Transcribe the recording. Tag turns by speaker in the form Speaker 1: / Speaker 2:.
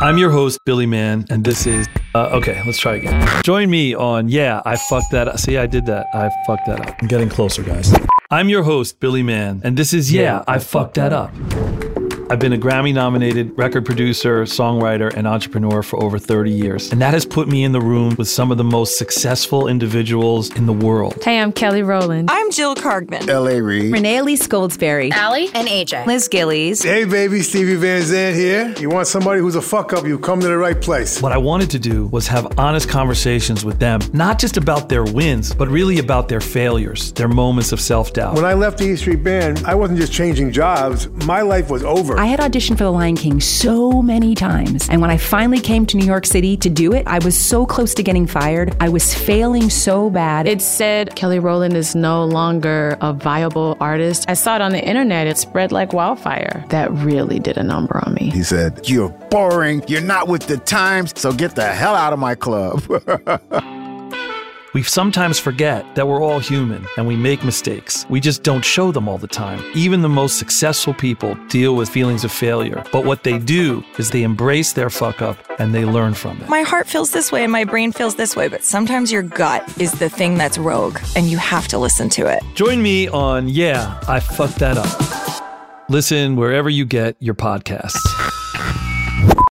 Speaker 1: I'm your host, Billy Mann, and this is. Uh, okay, let's try again. Join me on Yeah, I Fucked That Up. See, I did that. I fucked that up.
Speaker 2: I'm getting closer, guys.
Speaker 1: I'm your host, Billy Mann, and this is Yeah, I Fucked That Up. I've been a Grammy nominated record producer, songwriter, and entrepreneur for over 30 years, and that has put me in the room with some of the most successful individuals in the world.
Speaker 3: Hey, I'm Kelly Rowland.
Speaker 4: I'm Jill Cargman.
Speaker 5: L.A. Reid.
Speaker 6: Renee Lee Goldsberry.
Speaker 7: Allie and AJ.
Speaker 6: Liz Gillies.
Speaker 5: Hey, baby, Stevie Van Zandt here. You want somebody who's a fuck up, you come to the right place.
Speaker 1: What I wanted to do was have honest conversations with them, not just about their wins, but really about their failures, their moments of self doubt.
Speaker 5: When I left the E Street Band, I wasn't just changing jobs. My life was over.
Speaker 6: I had auditioned for The Lion King so many times. And when I finally came to New York City to do it, I was so close to getting fired. I was failing so bad.
Speaker 3: It said Kelly Rowland is no longer a viable artist. I saw it on the internet, it spread like wildfire. That really did a number on me.
Speaker 8: He said, You're boring. You're not with the times. So get the hell out of my club.
Speaker 1: We sometimes forget that we're all human and we make mistakes. We just don't show them all the time. Even the most successful people deal with feelings of failure, but what they do is they embrace their fuck up and they learn from it.
Speaker 4: My heart feels this way and my brain feels this way, but sometimes your gut is the thing that's rogue and you have to listen to it.
Speaker 1: Join me on Yeah, I Fucked That Up. Listen wherever you get your podcasts.